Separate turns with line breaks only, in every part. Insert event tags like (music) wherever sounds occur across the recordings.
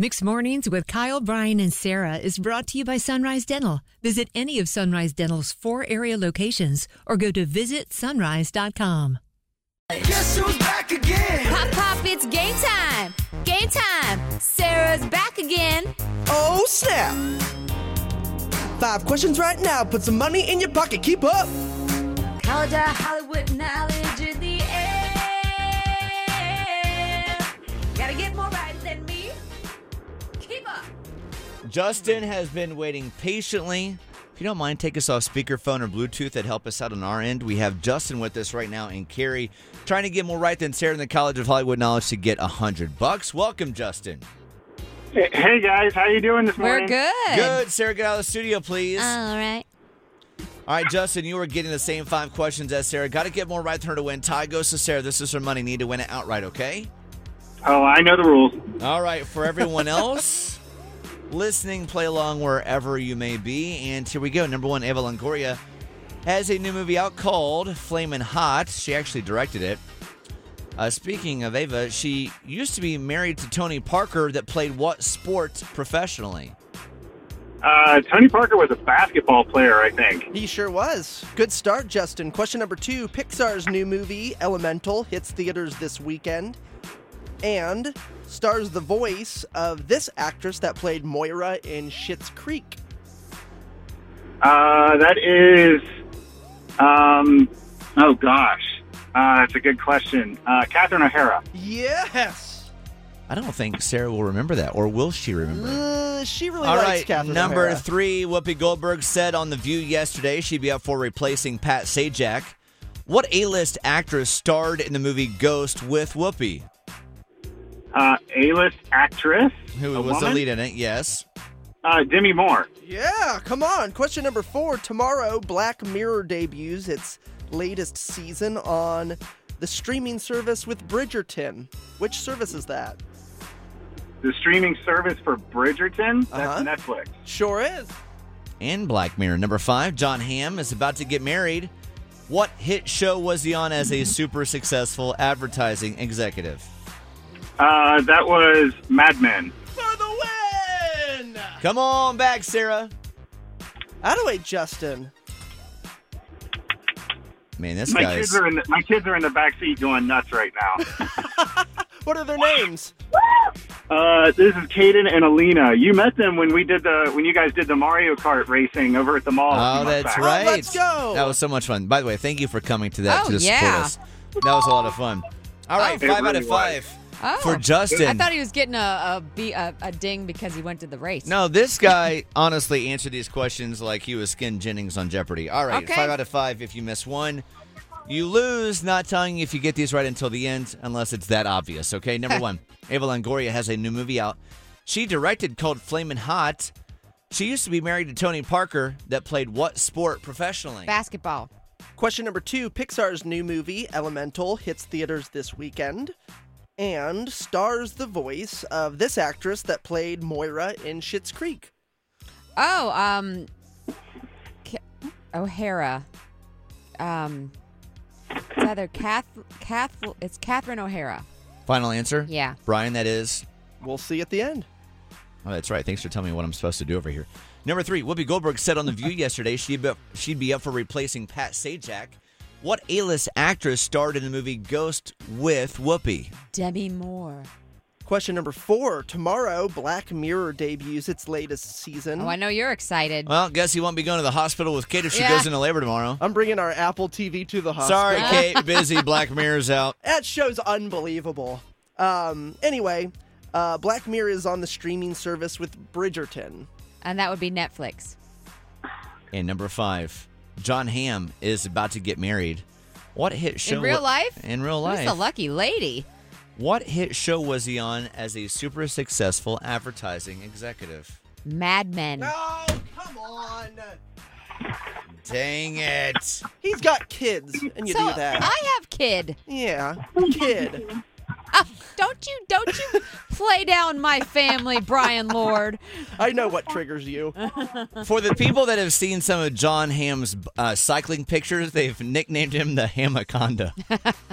Mixed Mornings with Kyle, Brian, and Sarah is brought to you by Sunrise Dental. Visit any of Sunrise Dental's four area locations or go to visitsunrise.com.
Guess who's back again?
Pop, pop, it's game time. Game time. Sarah's back again.
Oh, snap! Five questions right now. Put some money in your pocket. Keep up.
College of Hollywood knowledge in the air. Gotta get more right than me. Keep up.
Justin has been waiting patiently. If you don't mind, take us off speakerphone or Bluetooth that help us out on our end. We have Justin with us right now and Carrie trying to get more right than Sarah in the College of Hollywood Knowledge to get a hundred bucks. Welcome, Justin.
Hey- Hey guys, how you doing this
We're
morning?
good.
Good, Sarah, get out of the studio, please.
All right.
All right, Justin, you are getting the same five questions as Sarah. Got to get more right than her to win. Tie goes to Sarah. This is her money. Need to win it outright, okay?
Oh, I know the rules.
All right, for everyone else listening, play along wherever you may be. And here we go. Number one, Eva Longoria has a new movie out called Flamin' Hot. She actually directed it. Uh, speaking of Ava, she used to be married to Tony Parker that played what sport professionally?
Uh, Tony Parker was a basketball player, I think.
He sure was. Good start, Justin. Question number two Pixar's new movie, Elemental, hits theaters this weekend and stars the voice of this actress that played Moira in Schitt's Creek.
Uh, that is, um, oh gosh, uh, that's a good question. Uh, Catherine O'Hara.
Yes!
I don't think Sarah will remember that, or will she remember? it?
Uh, she really
All
likes
right,
Catherine
number
O'Hara.
three, Whoopi Goldberg said on The View yesterday she'd be up for replacing Pat Sajak. What A-list actress starred in the movie Ghost with Whoopi?
Uh, A-list actress.
Who
a
was
woman?
the lead in it? Yes.
Uh, Demi Moore.
Yeah, come on. Question number four. Tomorrow, Black Mirror debuts its latest season on the streaming service with Bridgerton. Which service is that?
The streaming service for Bridgerton.
Uh-huh.
That's Netflix.
Sure is.
In Black Mirror, number five, John Hamm is about to get married. What hit show was he on as a super successful advertising executive?
Uh, that was Mad Men.
For the win!
Come on back, Sarah.
Out of way, Justin.
Man, this
My
guy's
kids are in the, my kids are in the back seat going nuts right now.
What are their names?
Uh, this is Caden and Alina. You met them when we did the when you guys did the Mario Kart racing over at the mall. a
Oh,
few months
that's
back.
right.
let's go.
That was so much fun. By the way, thank you for coming to that
Oh,
to support
yeah.
us. That was a lot of fun. All right,
Oh.
five
It
out
really
of five
Oh.
for Justin.
I thought he was getting a a, be- a a ding because he went to the race.
no, this guy honestly answered these questions like he was Skin Jennings on Jeopardy. All right,
Okay.
five out of five. If you miss one, you lose. Not telling you if you get these right until the end, unless it's that obvious.
(laughs)
Okay, number one, Ava Longoria has a new movie out. She directed called Flamin' Hot. She used to be married to Tony Parker, that played what sport professionally?
Basketball.
Question number two. Pixar's new movie, Elemental, hits theaters this weekend and stars the voice of this actress that played Moira in Schitt's Creek.
Oh, um, Ca- O'Hara. Um, it's either Kath, Kath, it's Catherine O'Hara.
Final answer?
Yeah.
Brian, that is
We'll see at the end.
Oh, that's right. Thanks for telling me what I'm supposed to do over here. Number three, Whoopi Goldberg said on
(laughs)
The View yesterday she'd be, she'd be up for replacing Pat Sajak. What A list actress starred in the movie Ghost with Whoopi?
Debbie Moore.
Question number four. Tomorrow, Black Mirror debuts its latest season.
Oh, I know you're excited.
Well, guess he won't be going to the hospital with Kate if she
Yeah.
goes into labor
(laughs)
tomorrow.
I'm bringing our Apple TV to the hospital.
Sorry, Kate. Busy. Black Mirror's out.
That show's unbelievable. Um, anyway, uh, Black Mirror is on the streaming service with Bridgerton.
And that would be Netflix.
And number five, John Hamm is about to get married. What hit show?
In real life?
In real
Who's
life.
the lucky lady?
what hit show was he on as a super successful advertising executive?
Mad Men.
Oh, come on.
Dang it.
He's got kids, and you
so
do that.
I have kid.
yeah, kid.
Uh, don't you don't
(laughs)
you play down my family, Brian Lord.
I know what triggers
(laughs)
you.
For the people that have seen some of John Hamm's uh, cycling pictures, they've nicknamed him the Hamaconda. (laughs)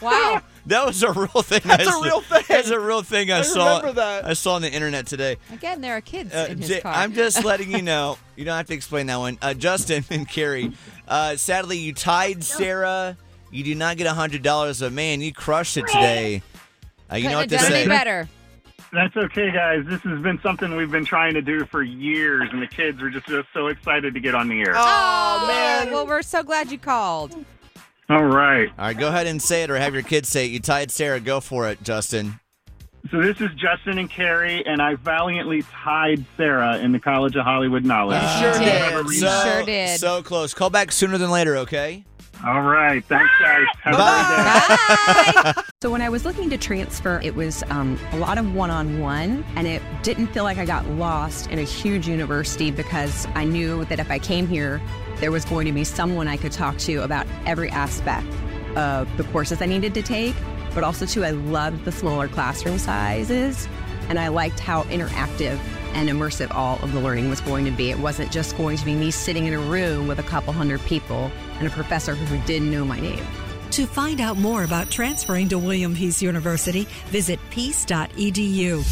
Wow.
That was a real thing.
That's
I
a
saw-
real thing.
That's a real thing. I,
I
saw.
remember that.
I saw on the internet today.
Again, there are kids
Uh,
in his
J-
car.
I'm just letting
(laughs)
you know. You don't have to explain that one. Uh, Justin and Carrie, uh, sadly, you tied Sarah. You do not get $100, but man, you crushed it today. Uh, you
Couldn't
know
have
what to
done
say.
any
(laughs)
better.
That's okay, guys. This has been something we've been trying to do for years, and the kids are just, just so excited to get on the air.
Oh, man.
Well, we're so glad you called.
All right.
All right, go ahead and say it or have your kids say it. You tied Sarah. Go for it, Justin.
So this is Justin and Carrie, and I valiantly tied Sarah in the College of Hollywood Knowledge.
sure
You
did.
You
so,
sure did.
So close. Call back sooner than later, okay?
All right. Thanks, guys. Have a
Bye.
great day.
Bye.
So when I was looking to transfer, it was um, a lot of one-on-one, and it didn't feel like I got lost in a huge university because I knew that if I came here, there was going to be someone I could talk to about every aspect of the courses I needed to take, but also too, I loved the smaller classroom sizes, and I liked how interactive and immersive all of the learning was going to be. It wasn't just going to be me sitting in a room with a couple hundred people and a professor who didn't know my name.
To find out more about transferring to William Peace University, visit peace.edu.